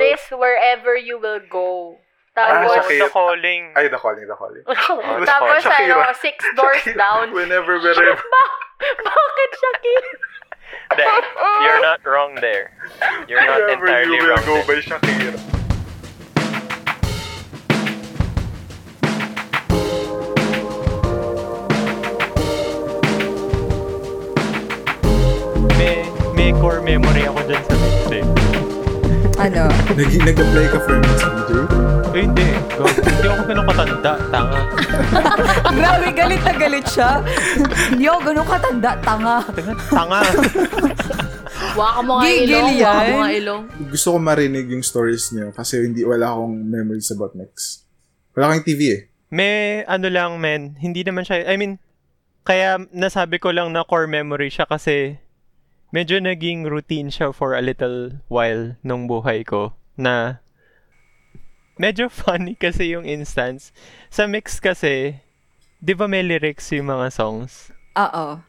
is wherever you will go. Ah, Tapos, sa okay. The calling. Ay, the calling, the calling. Oh, tapos ano, Shakira. six doors down. Whenever, wherever. Ba- Bakit Shakira? There. You're not wrong there. You're not Wherever entirely you will wrong go there. by Shakira. May, may core memory ako dyan sa mixtape. Ano? Nag, nag-apply ka for Miss MJ? Eh, hindi. Go. hindi ako ganun katanda. Tanga. Grabe, galit na galit siya. Yo, ganun katanda, tanga. Tanga. Waka mo nga Gigil ilong, waka yan. mo nga ilong. Gusto ko marinig yung stories niyo kasi hindi wala akong memories about Mix. Wala kang TV eh. May ano lang, men. Hindi naman siya. I mean, kaya nasabi ko lang na core memory siya kasi medyo naging routine siya for a little while nung buhay ko na medyo funny kasi yung instance. Sa mix kasi, di ba may lyrics yung mga songs Oo.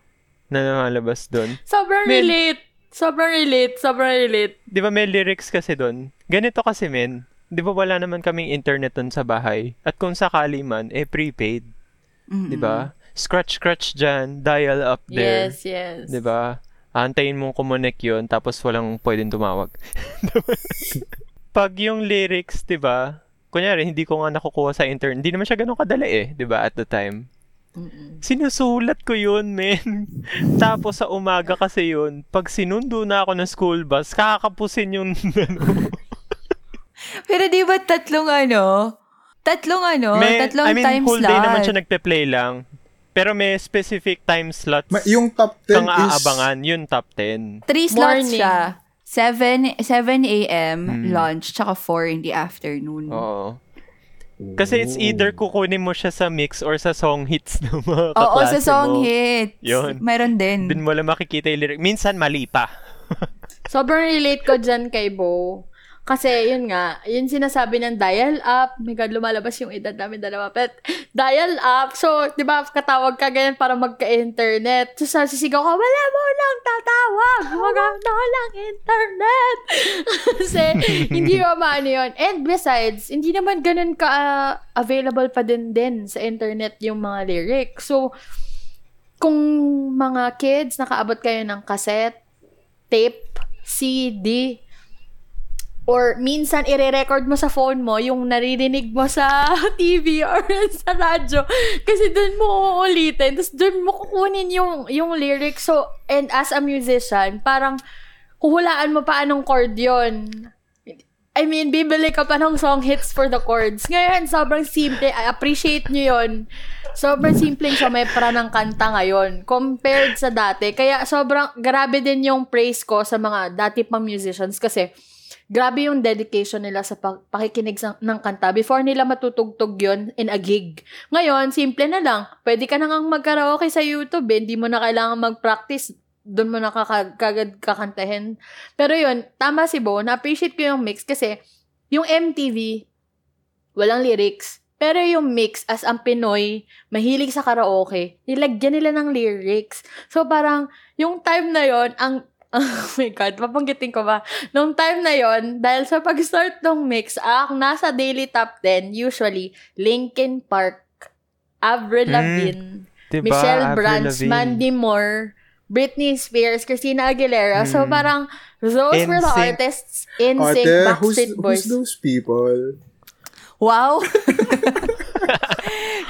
na namalabas doon? Sobrang Min- relate. Sobrang relate. Sobrang relate. di ba may lyrics kasi doon? Ganito kasi men, di ba wala naman kaming internet doon sa bahay? At kung sakali man, eh prepaid, Mm-mm. di ba? Scratch scratch dyan, dial up there, Diba? Yes, yes. di ba? Antayin mong kumonek yun, tapos walang pwedeng tumawag. Pag yung lyrics, di ba? Kunyari, hindi ko nga nakukuha sa internet. Hindi naman siya ganun kadali eh, di ba, at the time. Sinusulat ko yun, men. Tapos sa umaga kasi yun, pag sinundo na ako ng school bus, kakapusin yung ano, Pero di ba tatlong ano? Tatlong ano? May- tatlong I mean, time whole slot. day naman siya nagpe-play lang. Pero may specific time slots Ma- yung top 10 kang is... aabangan. Yun, top 10. Three slots Morning. siya. 7, 7 a.m. Hmm. lunch, tsaka 4 in the afternoon. Oo. Kasi it's either kukunin mo siya sa mix or sa song hits ng mga Oo, kaklase sa mo. song hits. Yun. Meron din. Dun mo lang makikita yung lyric. Minsan, mali pa. Sobrang relate ko dyan kay Bo. Kasi, yun nga, yun sinasabi ng dial up. Oh My God, lumalabas yung edad namin dalawa. But, dial up. So, di ba, katawag ka ganyan para magka-internet. So, sa- sisigaw ka, wala mo lang tatawag. Maganda ko lang internet. Kasi, hindi ko maano yun. And besides, hindi naman ganun ka ah, available pa din din sa internet yung mga lyrics. So, kung mga kids, nakaabot kayo ng cassette, tape, CD, or minsan ire-record mo sa phone mo yung naririnig mo sa TV or sa radyo kasi doon mo uulitin tapos doon mo kukunin yung yung lyrics so and as a musician parang kuhulaan mo pa anong chord yon I mean, bibili ka pa ng song hits for the chords. Ngayon, sobrang simple. I appreciate nyo yon. Sobrang simple siya may pra ng kanta ngayon compared sa dati. Kaya sobrang grabe din yung praise ko sa mga dati pang musicians kasi grabe yung dedication nila sa pag- pakikinig sa- ng kanta before nila matutugtog yon in a gig. Ngayon, simple na lang. Pwede ka na ngang magkaraoke sa YouTube. eh. Hindi mo na kailangan mag-practice. Doon mo na kaka- kagad kakantahin pero yun, tama si Bo, na-appreciate ko yung mix kasi yung MTV, walang lyrics. Pero yung mix, as ang Pinoy, mahilig sa karaoke, nilagyan nila ng lyrics. So parang, yung time na yon ang, oh my God, papanggitin ko ba? Nung time na yon dahil sa pag-start ng mix, ang nasa daily top 10, usually, Linkin Park, Avril Mm. Lavigne, Diba? Michelle Avril Branch, Lavigne. Mandy Moore, Britney Spears, Christina Aguilera. So Mm. parang those were the NSYNC. artists in sync, Ate, who's, Backstreet Boys. who's those people? Wow!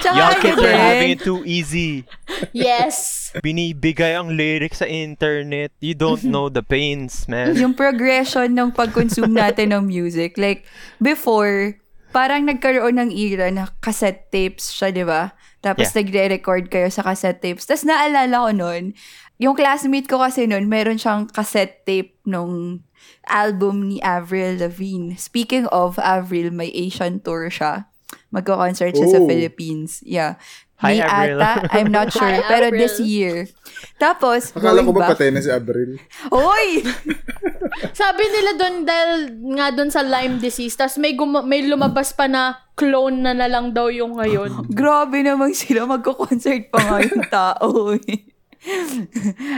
Tsaka Y'all ano kids are din? having it too easy. yes. Binibigay ang lyrics sa internet. You don't know the pains, man. yung progression ng pag-consume natin ng music. Like, before, parang nagkaroon ng era na cassette tapes siya, di ba? Tapos Yeah. nagre-record kayo sa cassette tapes. Tapos naalala ko nun, yung classmate ko kasi nun, meron siyang cassette tape nung album ni Avril Lavigne. Speaking of Avril, may Asian tour siya. Magko-concert siya sa Oh. Philippines. Yeah. Hi, May Avril. ata, I'm not sure. Hi, pero Avril. this year. Tapos, Akala going ko ba back- patay na si Abril? Hoy! Sabi nila doon dahil nga doon sa Lyme disease, tapos may, guma- may lumabas pa na clone na na lang daw yung ngayon. Grabe naman sila, magko-concert pa nga yung tao. eh.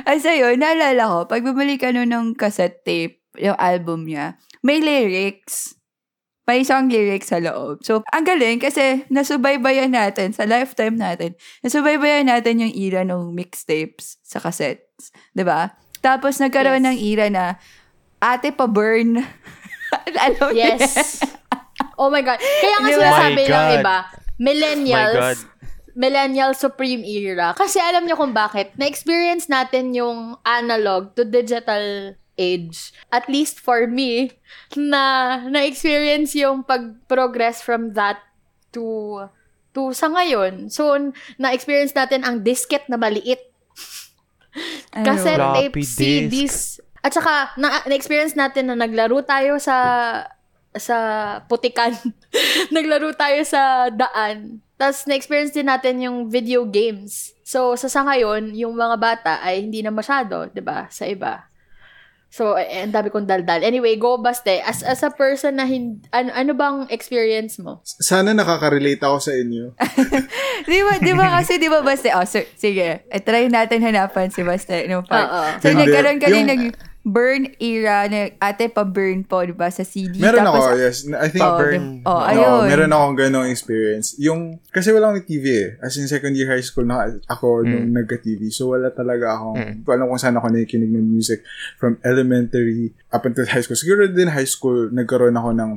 As ayun, naalala ko, pag bumalik ano ng cassette tape, yung album niya, may lyrics. may isang lyrics sa loob. So, ang galing kasi nasubaybayan natin sa lifetime natin. Nasubaybayan natin yung era ng mixtapes sa cassettes. 'Di ba? Tapos Yes. nagkaroon ng era na ate pa burn. Alam mo yun? Yes. oh my God. Kaya nga Diba? sinasabi My ng God. iba, millennials, My God. millennial supreme era. Kasi alam niyo kung bakit, na-experience natin yung analog to digital age. At least for me, na na-experience yung pag-progress from that to to sa ngayon. So, na-experience natin ang disket na maliit Ano? Cassette Floppy tape, CDs. At saka, na- na-experience natin na naglaro tayo sa sa putikan. naglaro tayo sa daan. Tapos na-experience din natin yung video games. So, sa sa ngayon, yung mga bata ay hindi na masyado, 'di ba Sa iba. So, eh, ang dami kong daldal. Anyway, go baste. As, as a person na, hin- ano, ano bang experience mo? Sana nakaka-relate ako sa inyo. Di ba, di ba kasi, di ba, Baste, oh, sir, sige, eh, try natin hanapan si Baste no part. Oo. So, Hindi. nagkaroon ka din Yung- ng burn era, na ate pa burn po, di ba, sa CD. Meron ako, Tapos, yes. I think, Oh, burn. di- oh, Oo, ayun. meron akong ganong experience. Yung, kasi wala akong TV eh. As in second year high school na ako Mm. nung nagka-TV. So wala talaga akong, Mm. hindi ko alam kung saan ako nakikinig ng music from elementary up until high school. Siguro din high school, nagkaroon ako ng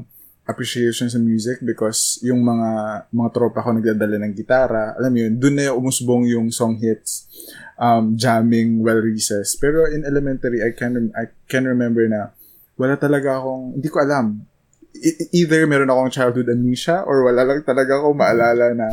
appreciation sa music because yung mga mga tropa ko nagdadala ng gitara, alam mo yun, dun na yung umusbong yung song hits, um, jamming, well recess. Pero in elementary, I can, rem- I can remember na wala talaga akong, hindi ko alam. E- e- either meron akong childhood amnesia or wala lang talaga akong maalala na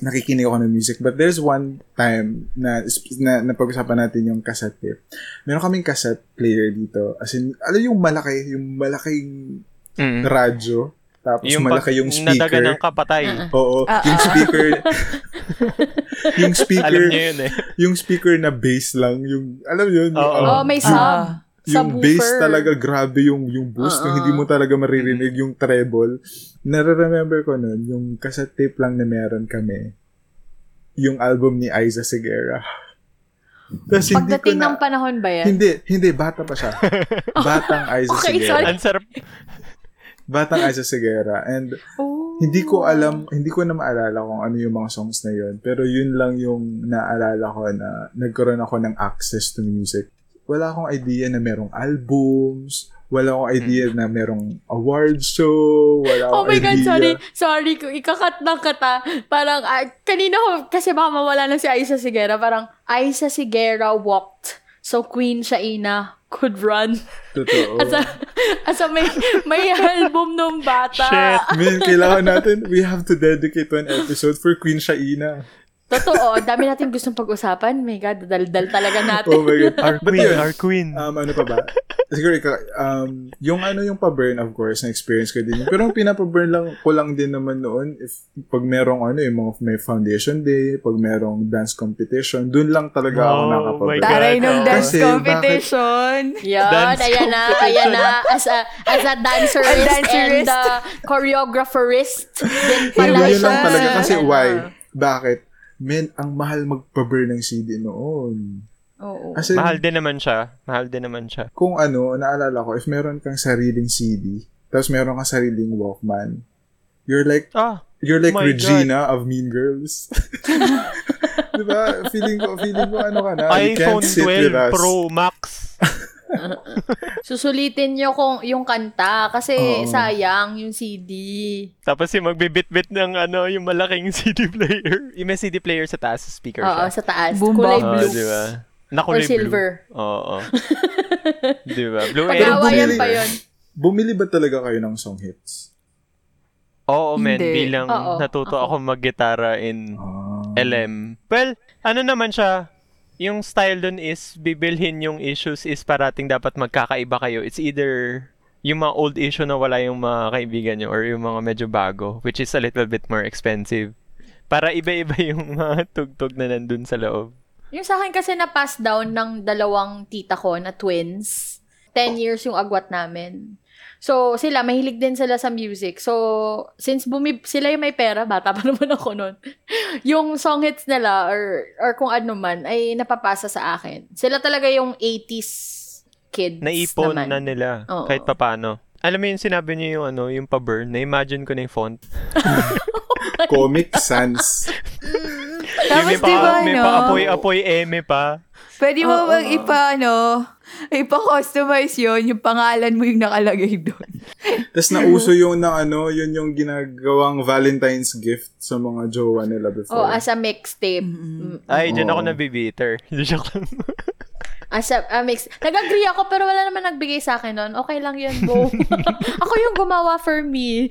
nakikinig ako ng music. But there's one time na, na napag-usapan natin yung cassette tape. Meron kaming cassette player dito. As in, alam yung malaki, yung malaking Mm. radyo. Tapos Yung pag malaki yung nadaga ng speaker. kapatay. Oo, Ah, yung ah. speaker. yung Alam speaker, niyo yun eh. yung speaker na bass lang, yung alam yun, yung, Oo. um, Oh, may Ah. sub. yung subwoofer. bass talaga grabe yung yung boost, Oo. yung hindi mo talaga maririnig yung treble. Nare-remember ko nun, yung cassette tape lang na meron kami. Yung album ni Aiza Segura. Tapos hindi ko Pagdating na, ng panahon ba yan? hindi, hindi, bata pa siya. Batang Aiza Okay, Segura. sorry. Ang sarap. ah. Batang Aiza Segura. And Oh. hindi ko alam, hindi ko na maalala kung ano yung mga songs na yun. Pero yun lang yung naalala ko na nagkaroon ako ng access to music. Wala akong idea na merong albums, wala akong idea na merong award show, wala Mm. akong Oh my God, idea. sorry. Sorry, kung ikakat ng kata. Parang, ah, kanina ko, kasi baka mawala na si Aisa Sigera. Parang, Aisa Sigera walked. So, Queen Shaina could run. Totoo. As a, as a may, may album nung bata. Shit. Man, kailangan natin, we have to dedicate one episode for Queen Shaina. Totoo, dami natin gustong pag-usapan. My God, dadaldal talaga natin. Oh my God. Our But queen, yun, our queen. Um, ano pa ba? Siguro ikaw, um, yung ano yung pa-burn, of course, na-experience ko din. yun. Pero yung pinapa-burn lang ko lang din naman noon, if, pag merong ano, yung mga may foundation day, pag merong dance competition, dun lang talaga ako Oh nakaka-burn. my God. Taray ng dance Kasi bakit- competition. Yan, Dance ayan na, ayan na. As a, as a dancerist, A and dancerist. uh, choreographerist. Din Pero pala yun lang siya. talaga kasi Ano. why? Bakit? Men, ang mahal magpa-burn ng CD noon. Oo. As in, Mahal din naman siya. Mahal din naman siya. kung ano, naalala ko, if meron kang sariling CD, tapos meron kang sariling Walkman, you're like, Ah, You're like My Regina of Mean Girls. diba? Feeling ko, feeling ko ano ka na. you iPhone can't sit with 12 us. Pro Max. Susulitin nyo kung yung kanta kasi Oo. sayang yung CD. Tapos yung magbibit-bit ng ano, yung malaking CD player. Yung may CD player sa taas, speaker Oo, siya. sa taas. Boombox. Kulay Oo, blue. Ah, di ba? Or diba? Nakulay silver. blue. Oo. di ba? Blue and... Pero Pag-awayan bumili- pa yun. Bumili ba talaga kayo ng song hits? Oo, men. Hindi. Bilang Oo, natuto ako mag-gitara in Ah. LM. Well, ano naman siya, yung style dun is, bibilhin yung issues is parating dapat magkakaiba kayo. It's either yung mga old issue na wala yung mga kaibigan nyo or yung mga medyo bago, which is a little bit more expensive. Para iba-iba yung mga tugtog na nandun sa loob. Yung sa akin kasi na-pass down ng dalawang tita ko na twins. 10 years yung agwat namin. So, sila, mahilig din sila sa music. So, since bumi sila yung may pera, bata pa naman ako nun, yung song hits nila or, or kung ano man ay napapasa sa akin. Sila talaga yung 80s kids Naipon naman. na nila Oo. kahit papano. Alam mo yung sinabi niyo yung ano, yung pa-burn, na-imagine ko na yung font. Comic Sans. Tapos may di diba, ba, may ano, pa-apoy-apoy eme pa. pwede mo Oo, bang oo. ipa, ano, ipa-customize yun, yung pangalan mo yung nakalagay doon. Tapos nauso yung na ano, yun yung ginagawang Valentine's gift sa mga jowa nila Oh, before. as a mixtape. Mm. Mm. Ay, dyan ako Oo. nabibiter. Joke lang. As a, a Ah, mix. Nag-agree ako pero wala naman nagbigay sa akin noon. Okay lang yun, Bo. ako yung gumawa for me.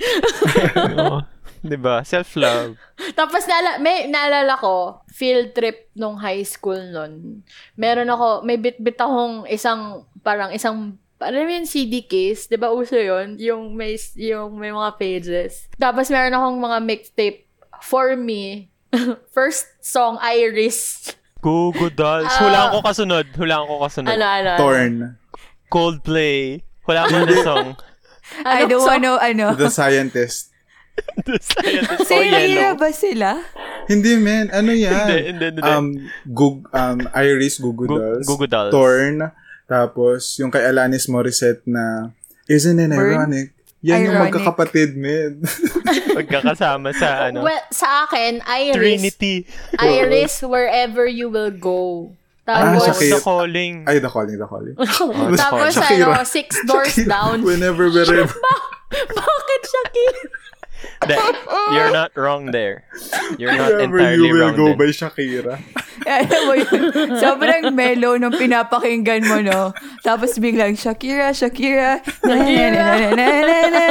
Oo. Diba? Self-love. Tapos naala- may naalala ko, field trip nung high school nun. Meron ako, may bit-bit akong isang, parang isang, ano alam mo yung CD case, di ba uso yun? Yung may, yung may mga pages. Tapos meron akong mga mixtape for me. First song, Iris. Google Dolls. Hulaan ko kasunod. Hulaan ko Ah. kasunod. Ano, ano? Torn. Coldplay. Hulaan ko na song. Ano, I don't song? wanna, ano. The Scientist. The Scientist. Sa'yo Oh, nahira yellow. ba sila? Hindi, man. Ano yan? Hindi, hindi, hindi. Um, Gug, um, Iris Gu- Gugudals. Goo Goo Dolls. Torn. Tapos, yung kay Alanis Morissette na, Isn't it Burn? ironic? Yan yung Ironic. magkakapatid, man. Pagkakasama sa ano. Well, sa akin, Iris. Trinity. Iris, wherever you will go. Ah, Tapos, sa The Kate. calling. Ay, the calling, the calling. Oh, tapos ano, Shakira. six doors down. Whenever, wherever. Bakit Shakira? Hindi. You're not wrong there. You're not Wherever you entirely will wrong go by there. Shakira. Alam mo yun, sobrang mellow nung pinapakinggan mo, no? Tapos biglang, Shakira, Shakira, na na na na na na na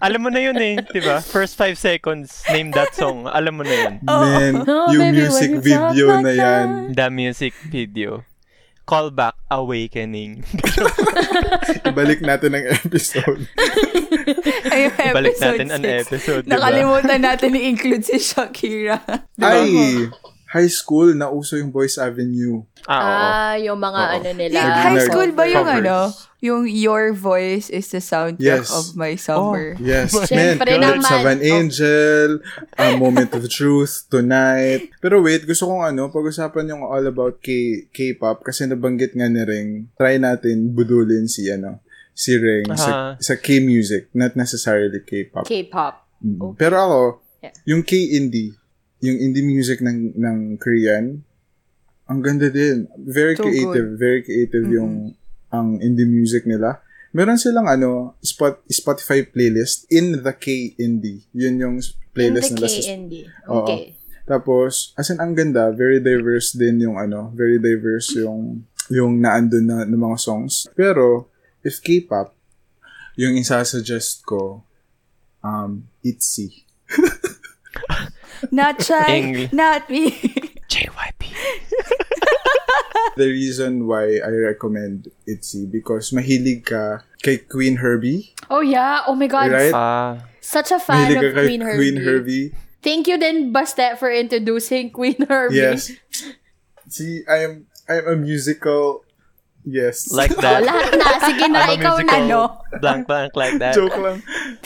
Alam mo na yun eh, di ba? First five seconds, name that song. Alam mo na yun. Man, Oh, yung baby, music when you video talk na like yan. The music video. Callback Awakening. Ibalik natin ang episode. Ay, yung Balik episode natin an six. episode, diba? di ba? Nakalimutan natin i-include si Shakira. Ay, high school, nauso yung Boys Avenue. Ah, oo. Ah, yung mga Oo. ano nila. Yung Nag- high school ba yung Covers. ano? Yung Your Voice is the soundtrack Yes. of my Oh. summer. Yes, man. Siyempre Birds naman. Oh. of an Angel, A Moment of Truth, Tonight. Pero wait, gusto kong ano, pag-usapan yung all about K- K-pop kasi nabanggit nga ni Ring, try natin budulin si ano, si Ring sa, Aha. sa K-music, not necessarily K-pop. K-pop. Mm. Pero ako, Mm-hmm. Yeah. yung K-indie, yung indie music ng ng Korean, ang ganda din. Very So creative, very creative yung Mm-hmm. ang indie music nila. Meron silang ano, spot, Spotify playlist in the K-indie. Yun yung playlist In nila the sa KND. Oo. Okay. tapos, as in, ang ganda, very diverse din yung ano, very diverse yung, yung naandun na, na mga songs. Pero, if K-pop, yung isasuggest ko, um, ITZY. Not shy, English. not me. JYP. The reason why I recommend ITZY because mahilig ka kay Queen Herbie, Oh yeah. Oh my God. right? Ah, Such a fan mahilig of ka kay Queen Herbie. Thank you din, Bastet, for introducing Queen Herbie. Yes. See, I am, I am a musical, yes. like Oh, that. lahat na. Sige na, I'm a ikaw na. musical- No? Blank, blank, like that. Joke lang.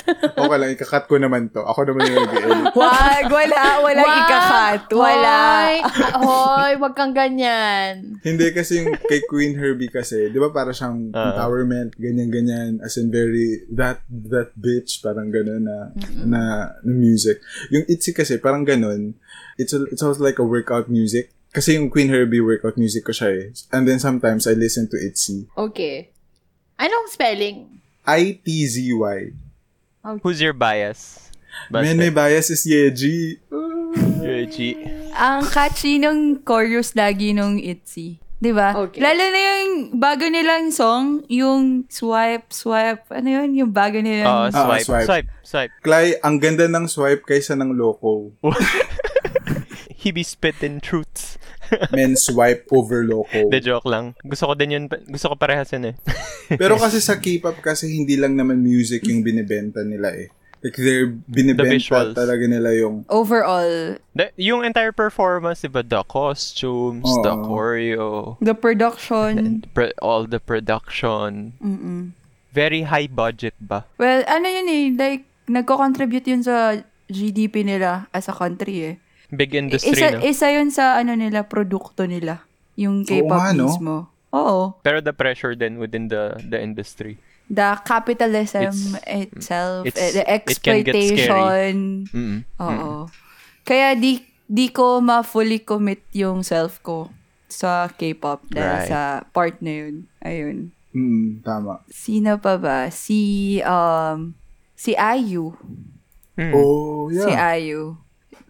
okay lang, ikakat ko naman to. Ako naman yung nag-edit. Wag, wala, wala Wag, ikakat. Wala. Hoy, Ah, hoy, wag kang ganyan. Hindi kasi yung kay Queen Herbie kasi, 'di ba para siyang Ah. empowerment, ganyan ganyan as in very that that bitch parang gano'n na, na na music. Yung Itzy kasi parang gano'n. It's a, it's also like a workout music. Kasi yung Queen Herbie workout music ko siya eh. And then sometimes I listen to Itzy. Okay. Anong spelling? I T Z Y. Who's your bias? Man, my bias is Yeji. Yuji. Ang catchy nung chorus lagi nung ITZY. Di ba? Okay. Lalo na yung bago nilang song, yung swipe, swipe, ano yun? Yung bago Oh, swipe. nilang... Ah, swipe. Swipe, swipe. Clay, ang ganda ng swipe kaysa ng loco. He be spitting truths. Men swipe over loco. De joke lang. Gusto ko din yun. Gusto ko parehas yun eh. Pero kasi sa K-pop kasi hindi lang naman music yung binibenta nila eh. Like they're binibenta visuals. talaga nila yung Overall, The- yung entire performance, diba? The costumes, the Oo. choreo, the Mm. production. pre- all the production. Mm-mm. Very high budget ba? Well, ano yun eh, like, nagko-contribute yun sa GDP nila as a country eh. Big industry, Isa, no? isa yun sa ano nila, produkto nila. Yung Oo K-pop nga, no? mismo. Oo. Pero the pressure then within the the industry. the capitalism It's- itself, it's- eh, the it can get scary. exploitation. Mm-mm. Oo. Kaya di, di ko ma-fully commit yung self ko sa K-pop dahil Right. sa part na yun. Ayun. Mm, tama. Sino pa ba? Si, um, si Ayu. Mm. Oh, Si yeah. Ayu.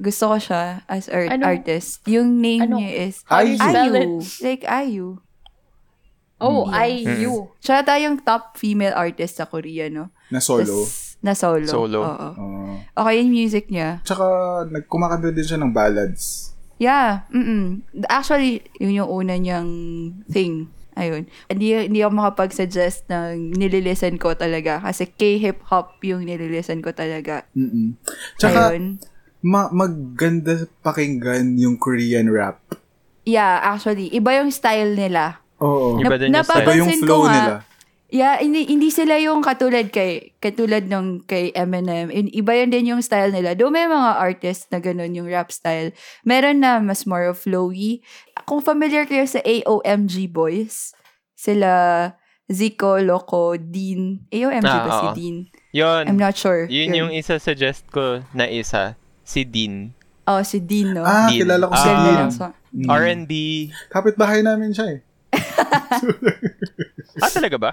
Gusto ko siya as ar- Ano? artist. Yung name Ano? niya is How do you Ayu. spell Ayu. it? Like Ayu. Oh, Yeah. IU. Siya tayong top female artist sa Korea, no? na solo. Tas- na solo. Solo. Oo. Oo. Okay, yung music niya. tsaka, nagkumakanta din siya ng ballads. Yeah, mm Actually, yun yung una niyang thing. Ayun. Hindi, hindi ako makapag-suggest ng nililisten ko talaga. Kasi K-hip-hop yung nililisten ko talaga. Mm-mm. Tsaka, Ayun. ma- maganda pakinggan yung Korean rap. Yeah, actually. Iba yung style nila. Oo. Iba din Iba yung style. yung Napapansin flow ko nga, nila. Yeah, hindi, hindi sila yung katulad kay katulad nung kay Eminem. In- Iba yun din yung style nila. Do may mga artist na ganun yung rap style. Meron na mas more of flowy. Kung familiar kayo sa AOMG Boys, sila Zico, Loco, Dean. AOMG ba Ah, si oo. Dean? Yun. I'm not sure. Yun yung isa suggest ko na isa. Si Dean. Oh, si Dean, no? Ah, Dean. kilala ko si Ganda Dean. ng song. Mm. R&B. Kapit-bahay namin siya eh. Ah, talaga ba?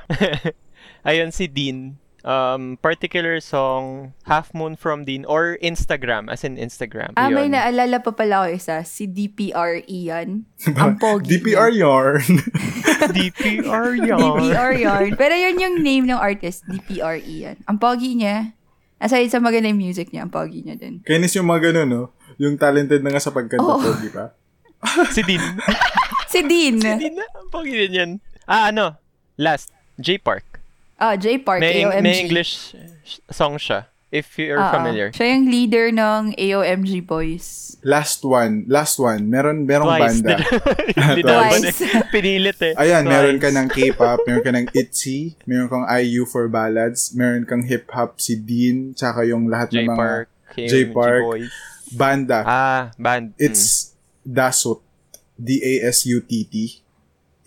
Ayun, si Dean. Um, particular song, Half Moon from Dean, or Instagram, as in Instagram. Ah, may Yun. naalala pa pala ako isa. Si DPRE yan. Ang pogi. DPR yarn. DPR yun. DPR yun. Pero yun yung name ng artist, DPR yan. E Ang pogi niya. Aside sa maganda yung music niya, ang pogi niya din. Kainis yung mga ganun, no? Yung talented na nga sa pagkanta Oo. po, di ba? si Dean. Si Dean. si Dean na. Ang pangilin yan. Ah, ano? Last. J Park. Ah, J Park, May, AOMG. may English sh- song siya. If you're Ah, ah. familiar. Siya yung leader ng AOMG Boys. Last one. Last one. Meron, merong banda. Hindi naman Twice. eh. Pinilit eh. Ayan, meron ka Twice. ng K-pop, meron ka ng ITZY, meron kang IU for ballads, meron kang hip-hop si Dean, tsaka yung lahat ng mga J-Park. J-Park. Boys. banda. Ah, band. Mm. It's Dasut. D-A-S-U-T-T.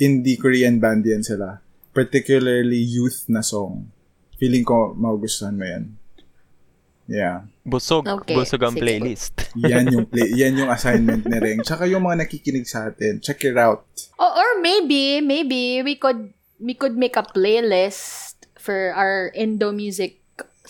Indie Korean band yan sila. Particularly youth na song. Feeling ko magugustuhan mo yan. Yeah. Mm. Busog. Okay, Busog ang sige. playlist. Yan yung play, yan yung assignment ni Reng. Tsaka yung mga nakikinig sa atin, check it out. Oh, or maybe, maybe we could we could make a playlist for our Indo music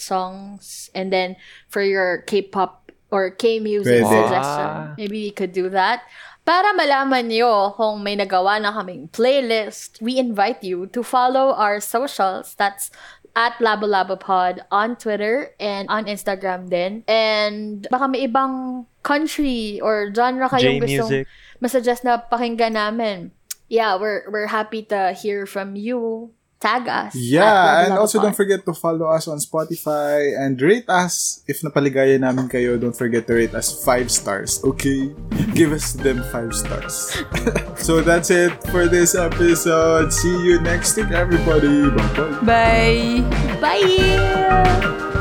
songs and then for your K-pop or K-music Pwede. suggestion. Ah. Maybe we could do that. Para malaman nyo kung may nagawa na kaming playlist, we invite you to follow our socials. That's at Labo Labo Pod on Twitter and on Instagram din. And baka may ibang country or genre kayong gustong J-Music. masuggest na pakinggan namin. Yeah, we're we're happy to hear from you. Tag us. Yeah, at and Love also Love don't Pod. forget to follow us on Spotify and rate us. If napaligaya namin kayo, don't forget to rate us 5 stars, okay? Give us them 5 stars. so that's it for this episode. See you next week, everybody. Bye-bye. Bye! Bye!